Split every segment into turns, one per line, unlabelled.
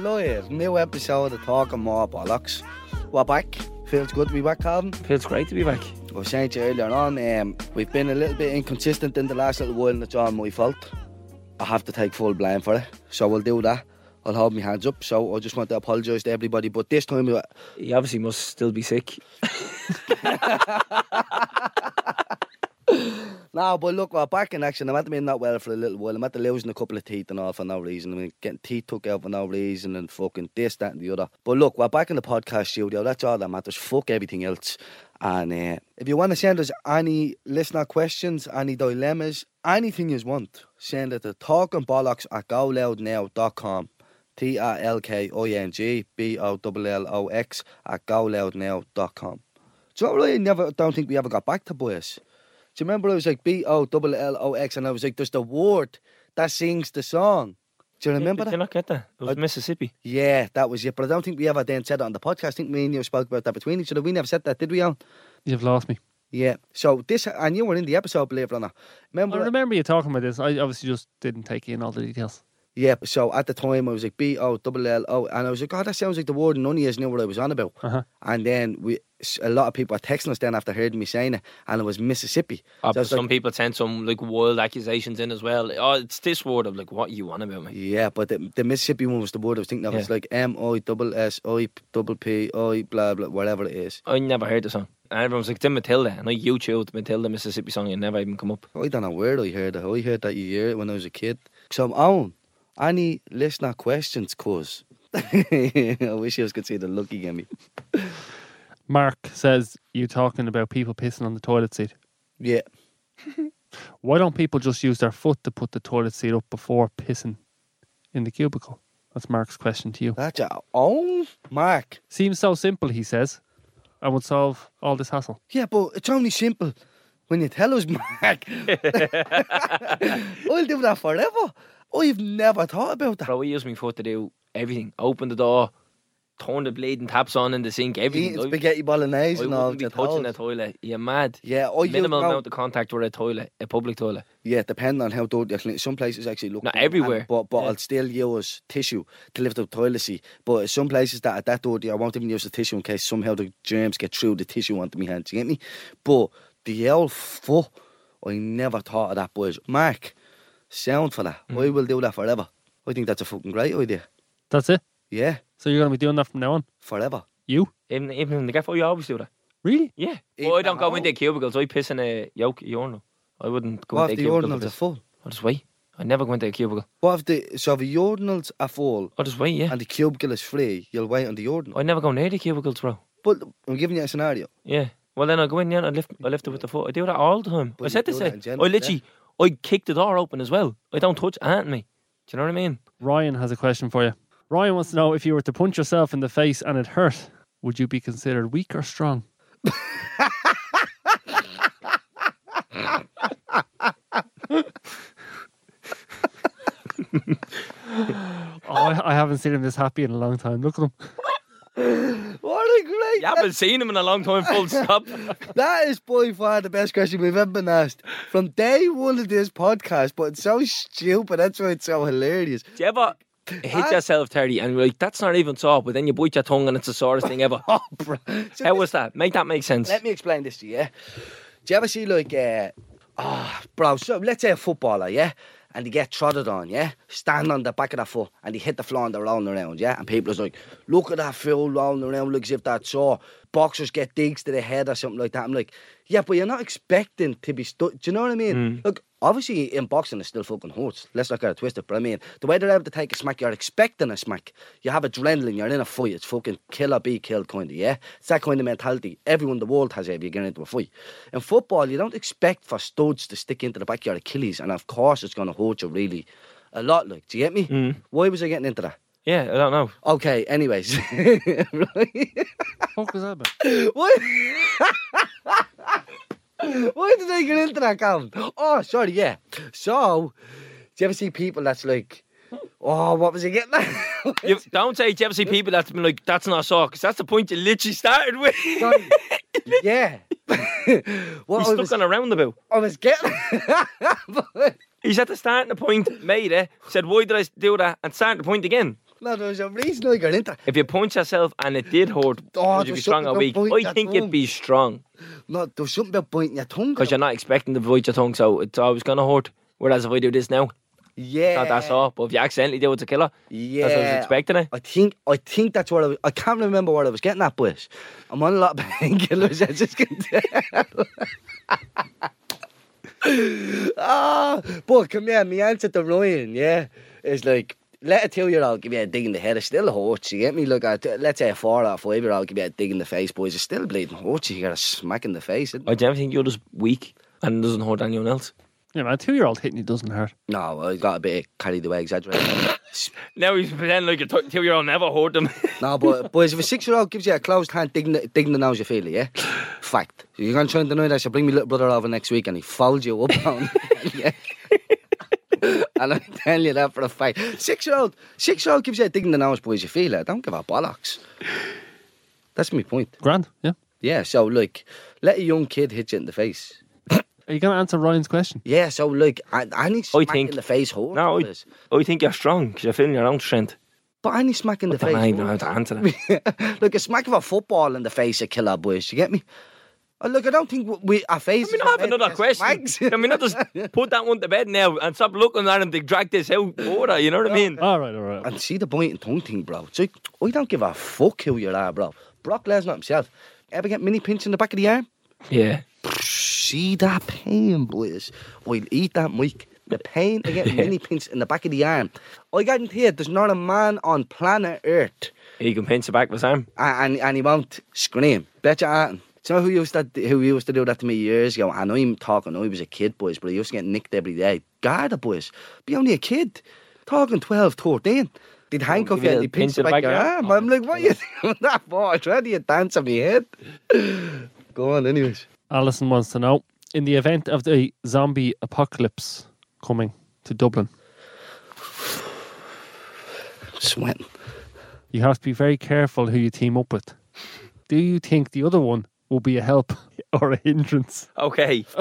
New episode of Talking More Bollocks. We're back. Feels good to be back, Calvin.
Feels great to be back.
I was saying to you earlier on, um, we've been a little bit inconsistent in the last little while, and it's all my fault. I have to take full blame for it, so we'll do that. I'll hold my hands up, so I just want to apologise to everybody. But this time, uh,
He obviously must still be sick.
no, but look, we're back in action. I'm at being not well for a little while. I'm at the losing a couple of teeth and all for no reason. I mean, getting teeth took out for no reason and fucking this, that, and the other. But look, we're back in the podcast studio. That's all that matters. Fuck everything else. And uh, if you want to send us any listener questions, any dilemmas, anything you want, send it to talkingbollocks at goloudnow.com. T R L K I N G B O L L O X at goloudnow.com. Do you know what I really never don't think we ever got back to boys? Do you remember I was like B O L L O X and I was like, there's the word that sings the song. Do you remember
Did
that?
you not get that? It was Mississippi.
Yeah, that was it. But I don't think we ever then said it on the podcast. I think me and you spoke about that between each other. We never said that, did we, Al?
You've lost me.
Yeah. So this, and you were in the episode, believe it or not. Remember?
I remember you talking about this. I obviously just didn't take in all the details.
yeah. So at the time, I was like B O double L O, and I was like, God, that sounds like the word. and None of you knew what I was on about.
Uh-huh.
And then we, a lot of people were texting us then after hearing me saying it, and it was Mississippi.
Oh,
So
but
it's like-
some people sent some like wild accusations in as well. Oh, it's this word of like what you want about me.
Yeah, but the, the Mississippi one was the word I was thinking of. It's
Yeah.
like M I double S I double P I blah blah whatever it is.
I never heard the song. And everyone's like, "It's in Matilda," and I YouTubed Matilda Mississippi song and it never even come up.
I don't know where I heard it. I heard that you hear it when I was a kid. So, Owen, any listener questions, cuz? I wish you could see the look he gave me.
Mark says you talking about people pissing on the toilet seat.
Yeah.
Why don't people just use their foot to put the toilet seat up before pissing in the cubicle? That's Mark's question to you.
That's your own mark.
Seems so simple, he says, and would solve all this hassle.
Yeah, but it's only simple when you tell us, Mark. I'll do that forever. I've never thought about that.
Bro, I use my foot to do everything. Open the door, turn the bleeding taps on in the sink, everything.
Eating
I,
spaghetti bolognese
I
and all
wouldn't be
that.
touching the
hoes.
toilet. You're mad.
Yeah, I use
Minimal
now-
amount of contact with a toilet, a public toilet.
Yeah, depending on how dirty your clean. Some places actually look
Not
good, and-
everywhere.
but but
Yeah.
I'll still use tissue to lift up toilet seat. But some places that are that dirty, I won't even use the tissue in case somehow the germs get through the tissue onto my hands. You get me? But the old foot, I never thought of that, boys. Mark, sound for that.
Mm-hmm.
I will do that forever. I think that's a fucking great idea.
That's it.
Yeah,
So you're going to be doing that from now on.
forever.
You
Even even in the gaff, oh, you always do that.
really?
Yeah.
Eat
Well, I don't
at
go
home.
into cubicles. I piss in a yoke urinal. øh, I wouldn't go
What if
into
the
a cubicle.
urinals are
for this.
full?
I'll just wait. I never go into a cubicle.
What if the so if the urinals are full
I'll just wait, yeah.
and the cubicle is free? You'll wait on the urinal.
I never go near the cubicles, bro.
But I'm giving you a scenario.
Yeah. Well, then I go in there and I lift, I lift it with the foot. I do that er all the time.
But
I
you
said
do
this.
that
eh,
in
I
general, yeah.
literally, I kick the door open as well. I don't touch aunt me. Do you know what I mean?
Ryan has a question for you. Ryan wants to know if you were to punch yourself in the face and it hurt, would you be considered weak or strong? oh, I, I haven't seen him this happy in a long time. Look at him.
What a great
You haven't seen him in a long time. Full stop.
That is by far the best question we've ever been asked from day one of this podcast, but it's so stupid. That's why it's so hilarious.
Do you ever hit
I-
yourself, Terry, and you're like, that's not even sore, but then you bite your tongue and it's the sorest thing ever?
Oh, bro. So
How
this-
was that? Make that make sense.
Let me explain this to you. yeah? Do you ever see, like, uh, oh, bro, so let's say a footballer, yeah? And they get trodden on, yeah? Stand on the back of the foot and they hit the floor and they're rolling around, yeah? And people is like, look at that fool rolling around, looks if that's sore. Boxers get digs to the head or something like that. I'm like, yeah, but you're not expecting to be stood. Do you know what I mean?
Mm.
Look, obviously in boxing it still fucking hurts. Let's not get it twisted. But I mean, the way they're able to take a smack, you're expecting a smack. You have adrenaline. You're in a fight. It's fucking kill or be killed kind of yeah. It's that kind of mentality. Everyone in the world has it if you get into a fight. In football, you don't expect for studs to stick into the back of your Achilles, and of course it's gonna hurt you really a lot. Like, do you get me? Why was I getting into that?
Yeah, I don't know.
Okay, anyways. Right?
Fuck was that about?
What? Why did I get into that account? Oh, sorry, yeah. So, do you ever see people that's like, oh, what was I getting at?
You don't say Jeff see people that's been like, that's not sore, 'cause that's the point you literally started with. you
sorry. Yeah. what I
stuck
was,
on a roundabout.
I was getting.
He's at the starting point, made it, said, why did I do that? And starting the point again.
No, there's a reason I got into it.
If you punch yourself and it did hurt,
Oh,
would you be
there's
strong or
something
weak?
about biting
I
your
think it'd
tongue.
be strong
No, there's something about biting your tongue.
because you're not expecting to bite your tongue, so it's always gonna hurt. Whereas if I do this now,
yeah,
not that's all. But if you accidentally do, it's a killer.
Yeah,
That's what I was expecting it.
I think I think that's what I was. I can't remember what I was getting at, but I'm on a lot of painkillers. I just can tell. ah, but come here, my answer to Ryan, yeah, is like let a two-year-old give you a dig in the head. It still hurts. You get me? Look, at let's say a four or five-year-old give you a dig in the face, boys. It's still bleeding hurts. You got a smack in the face. isn't it?
I generally think you're just weak and it doesn't hurt anyone else.
Yeah, man, a two year old hitting you doesn't hurt.
No, I got a bit carried away, exaggerated.
Now he's pretending like a two-year-old never hurt them.
No, but boys, if a six-year-old gives you a closed hand, dig the, dig the nose, you feel it, yeah? Fact. You're going to try and deny that, so bring me little brother over next week and he folds you up on yeah. And I'm telling you that for a fact. Six-year-old, six-year-old gives you a dig in the nose, boys, you feel it. Don't give a bollocks. That's my point.
Grand, yeah.
Yeah, so, like, let a young kid hit you in the face.
Are you going to answer Ryan's question?
Yeah, so, like, I, I need smack
think-
in the face hard.
No, I,
boys.
I think you're strong because you're feeling your own strength.
But I need smack in the
I
face
don't even know
hard.
how to answer that.
look, a smack of a football in the face a killer, boys. You get me? Uh, look, I don't think w- we our faces.
Can we
are
not have
made
another
for
question?
smacks.
Can we not just put that one to bed now and stop looking at him to drag this out order? You know what I mean?
All right, all right.
and see the point and tongue thing, bro. It's like I don't give a fuck who you are, bro. Brock Lesnar himself. Ever get mini pinch in the back of the arm?
Yeah.
See that pain, boys. I'll eat that mic. The pain of getting mini pinch in the back of the arm. I guarantee it, there's not a man on planet Earth
He can pinch the back of his arm.
and, and, and he won't scream. Bet you aren't. Do you know who used to who used to do that to me years ago? And I'm talking, I was a kid, boys, but I used to get nicked every day. God, the boys, be only a kid, talking 12, 13. They'd handcuff
give
you
you
and
a
they'd pinch
pinch to
you
the
back
back
your
of your
arm.
arm.
I'm like, what are you doing that for? I tried to dance on my head. Go on, anyways.
Alison wants to know in the event of the zombie apocalypse coming to Dublin,
Sweating.
you have to be very careful who you team up with. Do you think the other one will be a help or a hindrance?
Okay. So,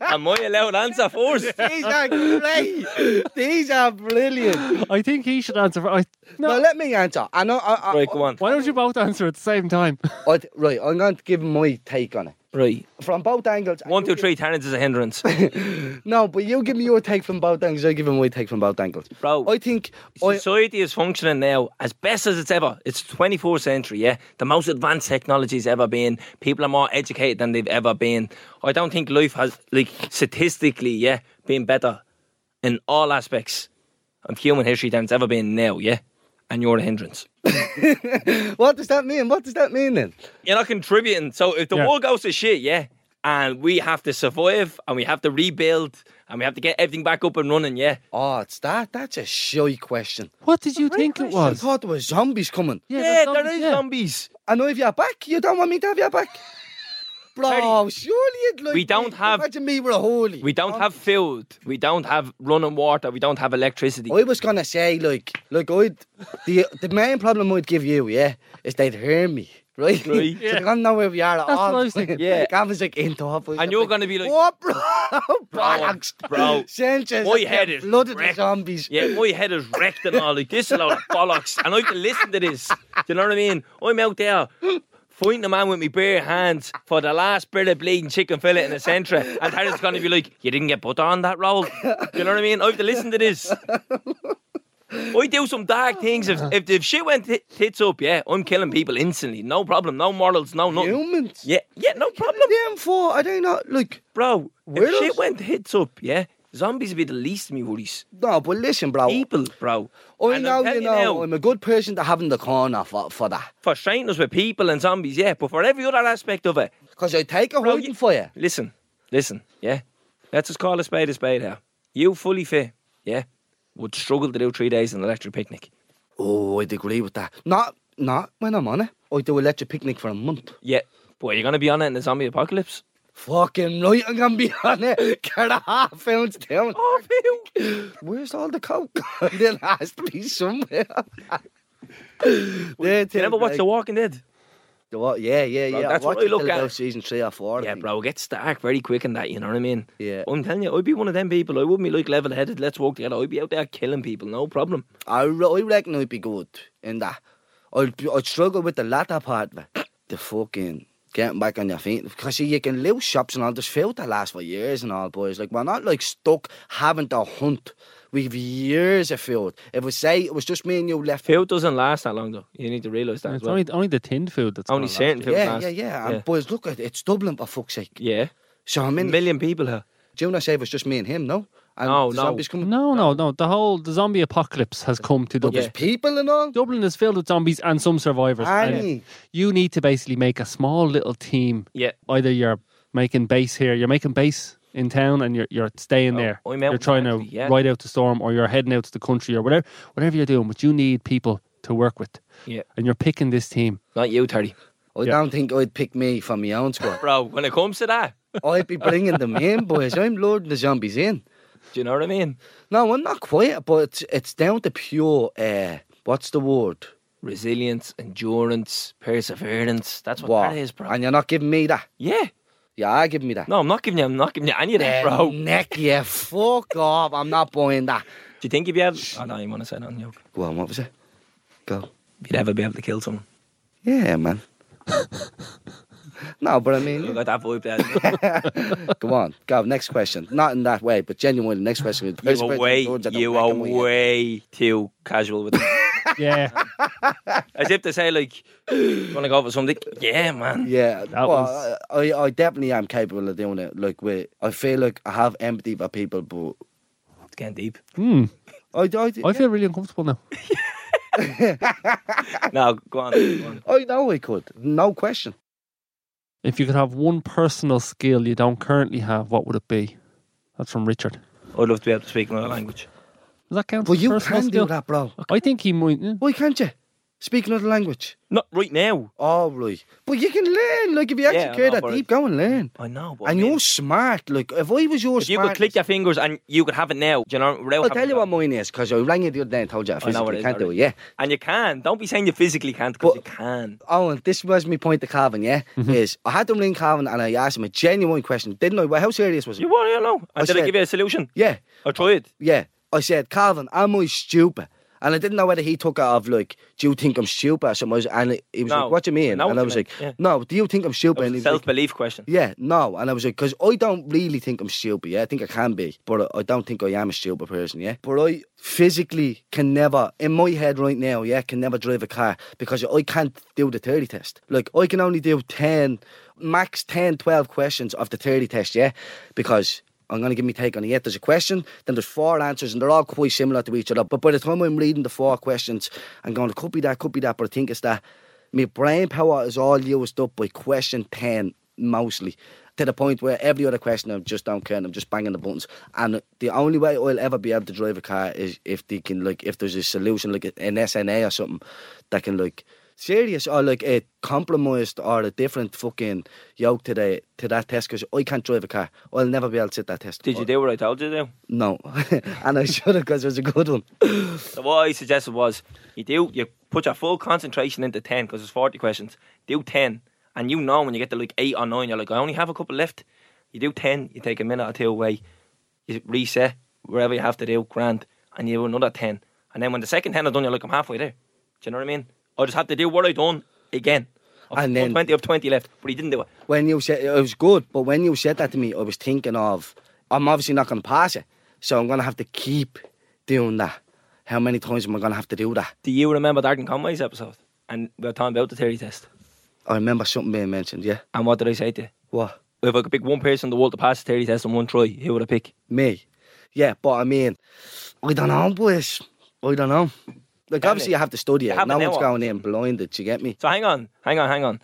am I allowed to answer first?
These are great. These are brilliant.
I think he should answer. For, I, no,
Now, let me answer. I know. I, I,
Right, go on.
why don't you both answer at the same time?
I, right, I'm going to give my take on it.
Right.
From both angles.
One, two, three, Terence is a hindrance.
No, but you give me your take from both angles. I give him my take from both angles.
Bro.
I think I,
Society is functioning now as best as it's ever. It's 24th century, yeah. The most advanced technology has ever been. People are more educated than they've ever been. I don't think life has, like, statistically, yeah, been better in all aspects of human history than it's ever been now, yeah. And you're a hindrance.
what does that mean? What does that mean then?
You're not contributing. So if the
Yeah.
world goes to shit, yeah, and we have to survive and we have to rebuild and we have to get everything back up and running, yeah.
Oh, it's that. That's a shy question.
What did you think it
I
was?
thought there were zombies coming.
Yeah,
there's
there
zombies,
is
yeah.
zombies.
I know if you're back, you don't want me to have your back. Bro, surely you'd like
We don't
me.
have-
Imagine me with a holy. Oh,
We don't have food. We don't have running water. We don't have electricity.
I was gonna say like, like I'd the the main problem I'd give you, yeah, is they'd hear me. Right?
Right.
so they don't know where we are at
That's
all.
what I was thinking.
Yeah.
Gavin's like into top.
And you're gonna be like-
What bro? Bollocks.
bro,
Sanchez.
my Oh. head is
flooded with
wrecked.
zombies.
Yeah, my head is wrecked and all like this. Is a lot of bollocks, and I can listen to this. Do you know what I mean? I'm out there fighting a man with my bare hands for the last bit of bleeding chicken fillet in the centre, and Harry's going to be like, "You didn't get butter on that roll." Do you know what I mean? I have to listen to this. I do some dark things. If if the shit went t- tits up, yeah, I'm killing people instantly. No problem. No morals. No nothing.
Humans.
Yeah, yeah, no problem.
Them four, are they not like
Bro,
Weirdos.
if shit went hits up, yeah, zombies would be the least of me worries.
no, but listen, bro.
People, bro.
I
And
know
I'm
Oh. you
telling
know
now,
I'm a good person to have in the corner for, for that.
for straighten us with people and zombies, yeah, but for every other aspect of it,
Because I take a
Bro,
hiding
you-
for you.
listen, listen, yeah. Let's just call a spade a spade here. You fully fit, yeah, would struggle to do three days in an electric picnic.
Oh, I'd agree with that. Not not when I'm on it. I do electric picnic for a month.
Yeah. Boy, you're gonna be on it in the zombie apocalypse.
Fucking right, I'm gonna be on it. Get a half ounce down.
Oh,
Where's all the coke? there has to be somewhere.
you never watched The Walking Dead?
The what? Yeah, yeah,
Bro,
yeah.
that's what
watched
I look
till
at.
about Season three or four. I
Yeah,
think.
bro, it gets dark very quick in that, you know what I mean?
Yeah.
I'm telling you, I'd be one of them people. I wouldn't be like level headed, let's walk together. I'd be out there killing people, no problem.
I, re- I reckon I'd be good in that. I'd, be- I'd struggle with the latter part of it. The fucking getting back on your feet. Because see, you can lose shops and all. There's felt the last for years and all, boys. Like, we're not like stuck having to hunt. We've years of field. If we say it was just me and you left.
Food doesn't last that long, though. You need to realise that
And
as
It's
well.
only, only the tinned food that's
Only
gonna last
certain
you.
food
Yeah,
last.
yeah, yeah,
Yeah.
And boys, look at it's Dublin for fuck's sake.
Yeah.
So I mean,
million people here.
do you want to say it was just me and him? No, and
No,
the
no.
zombies coming.
No, no, no. The whole the zombie apocalypse has come to
But
Dublin.
there's people and all.
Dublin is filled with zombies and some survivors. and
Aye.
you need to basically make a small little team.
Yeah.
Either you're making base here, you're making base in town, and you're you're staying
Oh,
there.
I'm out
You're trying to
actually, yeah.
ride out the storm, or you're heading out to the country, or whatever whatever you're doing. But you need people to work with,
Yeah.
and you're picking this team.
Not you, Terry.
I don't think I'd pick me for my own squad.
Bro, when it comes to that,
I'd be bringing them in, boys. I'm loading the zombies in.
do you know what I mean?
No, I'm not quite, but it's, it's down to pure, uh, what's the word?
Resilience, endurance, perseverance. That's what, that is, bro.
And you're not giving me that.
yeah.
You are giving me that.
No, I'm not giving you I'm not giving you any of that,
Uh,
bro. Do
Neck, yeah, fuck off. I'm not buying that.
you think you'd be able Oh no, you wanna say nothing, joke.
Go on, what was it? Go.
If you'd ever be able to kill someone.
Yeah, man. no, but I
You
mean,
got that vibe there.
go on. Go, next question. Not in that way, but genuinely, next question. is-
you are way
Towards at the
you
back
are
of my head.
way too casual with it.
Yeah,
As if to say like wanna go for something. Yeah, man.
Yeah,
That
well,
was-
I, I definitely am capable of doing it. Like, with, I feel like I have empathy for people, but
It's getting deep.
Hmm.
I, I,
I feel really uncomfortable now.
No, go on, go on.
I Oh, know I could, no question.
If you could have one personal skill you don't currently have, what would it be? That's from Richard.
I'd love to be able to speak another language.
Does that count?
Well,
as
you
personal
can
skill?
do that, bro.
I think he might. yeah.
Why can't you? Speak another language.
Not right now.
All right. But you can learn. Like, if you
Yeah,
actually
I
care
know,
that
but
deep,
it-
go and learn.
I know, but I
And
mean-
you're smart. Like, if I was your
If you could click your fingers and you could have Oh, it now, do you know, without
I'll
having
tell
to
you
go.
what mine is, because I rang you the other day and told you I
I know what
physically
it is
can't do it,
already.
yeah.
And you can. Don't be saying you physically can't because
But-
you can.
Oh, and this was my point to Calvin, yeah?
Mm-hmm.
Is I had to ring Calvin and I asked him a genuine question, didn't I? Well, how serious was it?
You want you know?
I
And did I
said-
give you a solution?
Yeah.
I tried.
Yeah. I said, Calvin, am I stupid? And I didn't know whether he took it of like, do you think I'm stupid? Or something. I was- And he was
No.
like, what do you mean?
I know
and
what
I
you
was
meant,
like,
yeah.
no, do you think I'm stupid?
It
and he
was a
was like,
self belief question.
yeah, no. And I was like, because I don't really think I'm stupid. Yeah, I think I can be, but I don't think I am a stupid person. Yeah, but I physically can never, in my head right now, yeah, can never drive a car because I can't do the 30 test. Like, I can only do 10, max 10, 12 questions of the 30 test. Yeah, because I'm going to give me take on it. There's a question, then there's four answers, and they're all quite similar to each other. But by the time I'm reading the four questions, I'm going, could be that, could be that, but I think it's that. My brain power is all used up by question 10 mostly to the point where every other question I just don't care and I'm just banging the buttons. And the only way I'll ever be able to drive a car is if they can like if there's a solution like an SNA or something that can like serious or like a compromised or a different fucking yoke to the to that test because I can't drive a car. I'll never be able to sit that test.
Did you do what I told you to do?
No, and I should have because it was a good one.
So what I suggested was you do you put your full concentration into ten because there's forty questions. Do ten, and you know when you get to like eight or nine, you're like, I only have a couple left. You do ten, you take a minute or two away, you reset wherever you have to do, grand, and you do another ten. And then when the second ten is done, you're like, I'm halfway there. Do you know what I mean? I just have to do what I done again. I've
And then-
twenty of twenty left, but he didn't do it.
when you said it was good, but when you said that to me, I was thinking of I'm obviously not going to pass it, so I'm going to have to keep doing that. How many times am I going to have to do that?
Do you remember Darton Conway's episode? And we were talking about the theory test.
I remember something being mentioned. Yeah,
And what did I say to you?
what
If I could pick one person in the world to pass the theory test in one try, who would I pick?
me? Yeah, but I mean, I don't know, boys. I don't know. Like
Damn
obviously
it.
you have to study
You
it.
have
No
an
one's
hour.
going in blinded. You get me?
So hang on, hang on, hang on.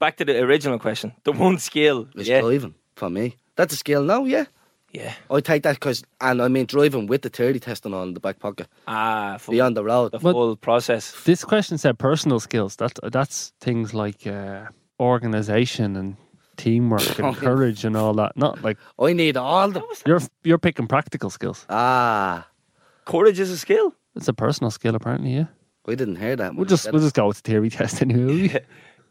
Back to the original question. The
Hmm.
one skill.
It's
yeah.
driving for me. That's a skill now. Yeah,
Yeah.
I take that because, and I mean driving with the thirty testing on in the back pocket,
Ah, full,
beyond the road.
the
But-
full process.
This question said personal skills. That's that's things like uh, organization and teamwork and courage and all that. Not like
I need all the
you're you're picking practical skills.
ah.
Courage is a skill.
It's a personal skill, apparently. Yeah,
I didn't hear that. when
we'll
you
just
said
we'll
it.
just go with theory test anyway. will we?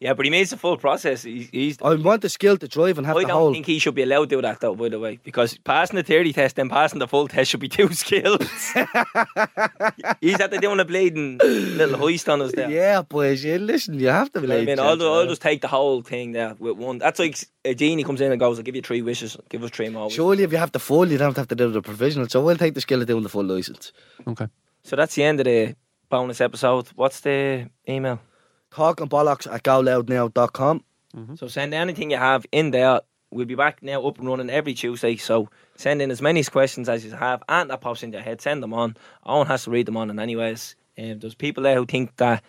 Yeah, but he makes the full process. He's, he's
I want the skill to drive and have
I
the
don't
whole.
think he should be allowed to do that though, by the way, because passing the theory test and passing the full test should be two skills. He's at the doing a blading little hoist on us there.
yeah, boys. Yeah, listen, you have to.
You know what I
relate,
mean, I'll,
gents,
ju- I'll
man.
just take the whole thing there with one. That's like a genie comes in and goes, "I'll give you three wishes. Give us three more." wishes."
Surely, if you have the full, you don't have to do the provisional. So we'll take the skill of doing the full license.
Okay.
So that's the end of the bonus episode. What's the email?
Talking bollocks at goloudnow.com.
So send anything you have in there. We'll be back now up and running every Tuesday. So send in as many questions as you have and that pops in your head. Send them on. Owen has to read them on. And anyways, um, there's people there who think that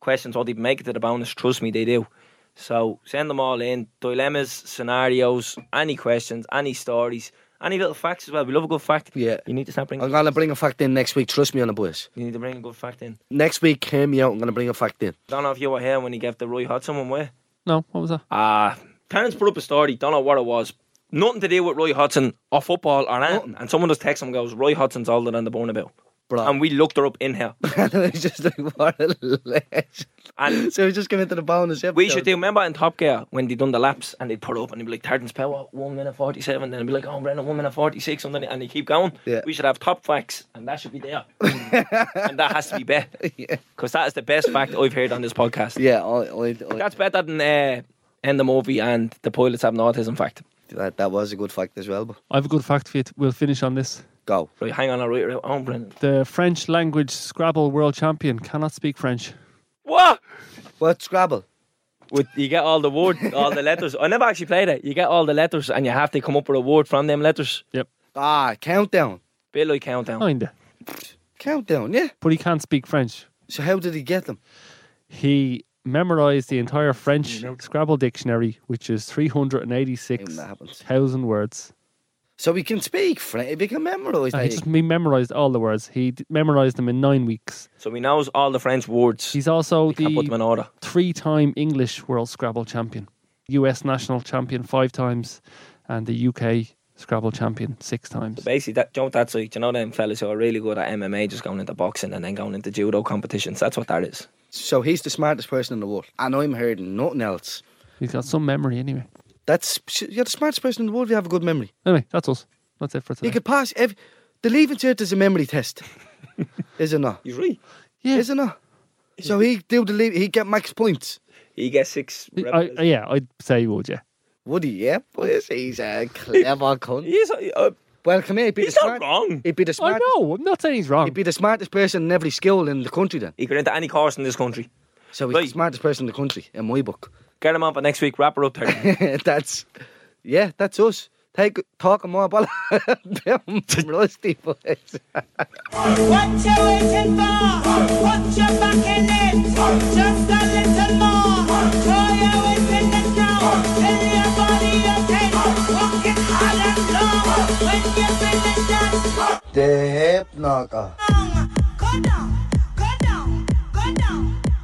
questions won't even make it to the bonus. Trust me, they do. So send them all in. Dilemmas, scenarios, any questions, any stories, any little facts as well. We love a good fact.
Yeah.
You need to start bringing.
I'm gonna bring a fact in next week. Trust me on the boys.
You need to bring a good fact in.
Next week, hear me out. I'm gonna bring a fact in.
Don't know if you were here when he gave the Roy Hodgson one away.
No, what was that?
Uh, parents put up a story, don't know what it was. Nothing to do with Roy Hodgson or football or anything. And someone just texts him and goes, Roy Hodgson's older than the Bonneville.
Bro,
And we looked her up in here.
it's just like what a legend.
And
So we just come into the bonus episode.
we should do, remember in Top Gear when they done the laps and they'd put up and they'd be like, Tartan's power, 1 minute 47. Then it'd be like, oh, Brennan, 1 minute 46. And then and they keep going.
Yeah.
We should have top facts and that should be there. and that has to be bet.
Yeah.
Because that is the best fact I've heard on this podcast.
Yeah, I, I, I,
That's better than uh, End the Movie and The Pilots Have an Autism Fact.
that, that was a good fact as well. But
I have a good fact for you. We'll finish on this.
go.
Right, hang on, I'll write it out. Oh, Brennan.
The French language Scrabble world champion cannot speak French.
What?
What Scrabble?
with you get all the word, all the letters. I never actually played it. You get all the letters, and you have to come up with a word from them letters.
Ah, countdown.
Bit like countdown.
Kinda.
Countdown, yeah.
But he can't speak French.
So how did he get them?
He memorized the entire French Scrabble dictionary, which is
Even that
386,000
happens.
words.
So he can speak French. If he can memorize
And he
that.
just he memorized all the words. He d- memorized them in nine weeks.
So he knows all the French words.
He's also
we can't put them
the
in order.
three time English World Scrabble champion, US national champion five times, and the UK Scrabble champion six times.
So basically, that don't that's like you know them fellas who are really good at MMA, just going into boxing and then going into judo competitions. That's what that is.
So he's the smartest person in the world. And I'm hearing nothing else.
He's got some memory anyway.
That's you're the smartest person in the world if you have a good memory.
Anyway, that's us. That's it for
You
today.
could pass every the leaving cert is a memory test. is it not?
He's right.
yeah,
Is it not? So he do the leave he get max points.
He gets six.
I-
rep-
I, yeah, I'd say you would, yeah.
Would he, yeah? Boys, he's a clever cunt.
he's uh,
Well come here, he'd be
he's
the
not
smart,
wrong.
He'd be the
I
smartest
know. I'm not saying he's wrong.
he'd be the smartest person in every school in the country then.
He could enter any course in this country.
So he's
Right.
the smartest person in the country, in my book.
Get him on for next week. Wrap her up there.
that's yeah, that's us. Take talking more about them rusty boys.
What you waiting for? Put your back in it. Just a little more. Throw your weight in the ground. Fill your body up and walk it hard and long. When you finish that song,
The hip knocker.
go down, go down, go down,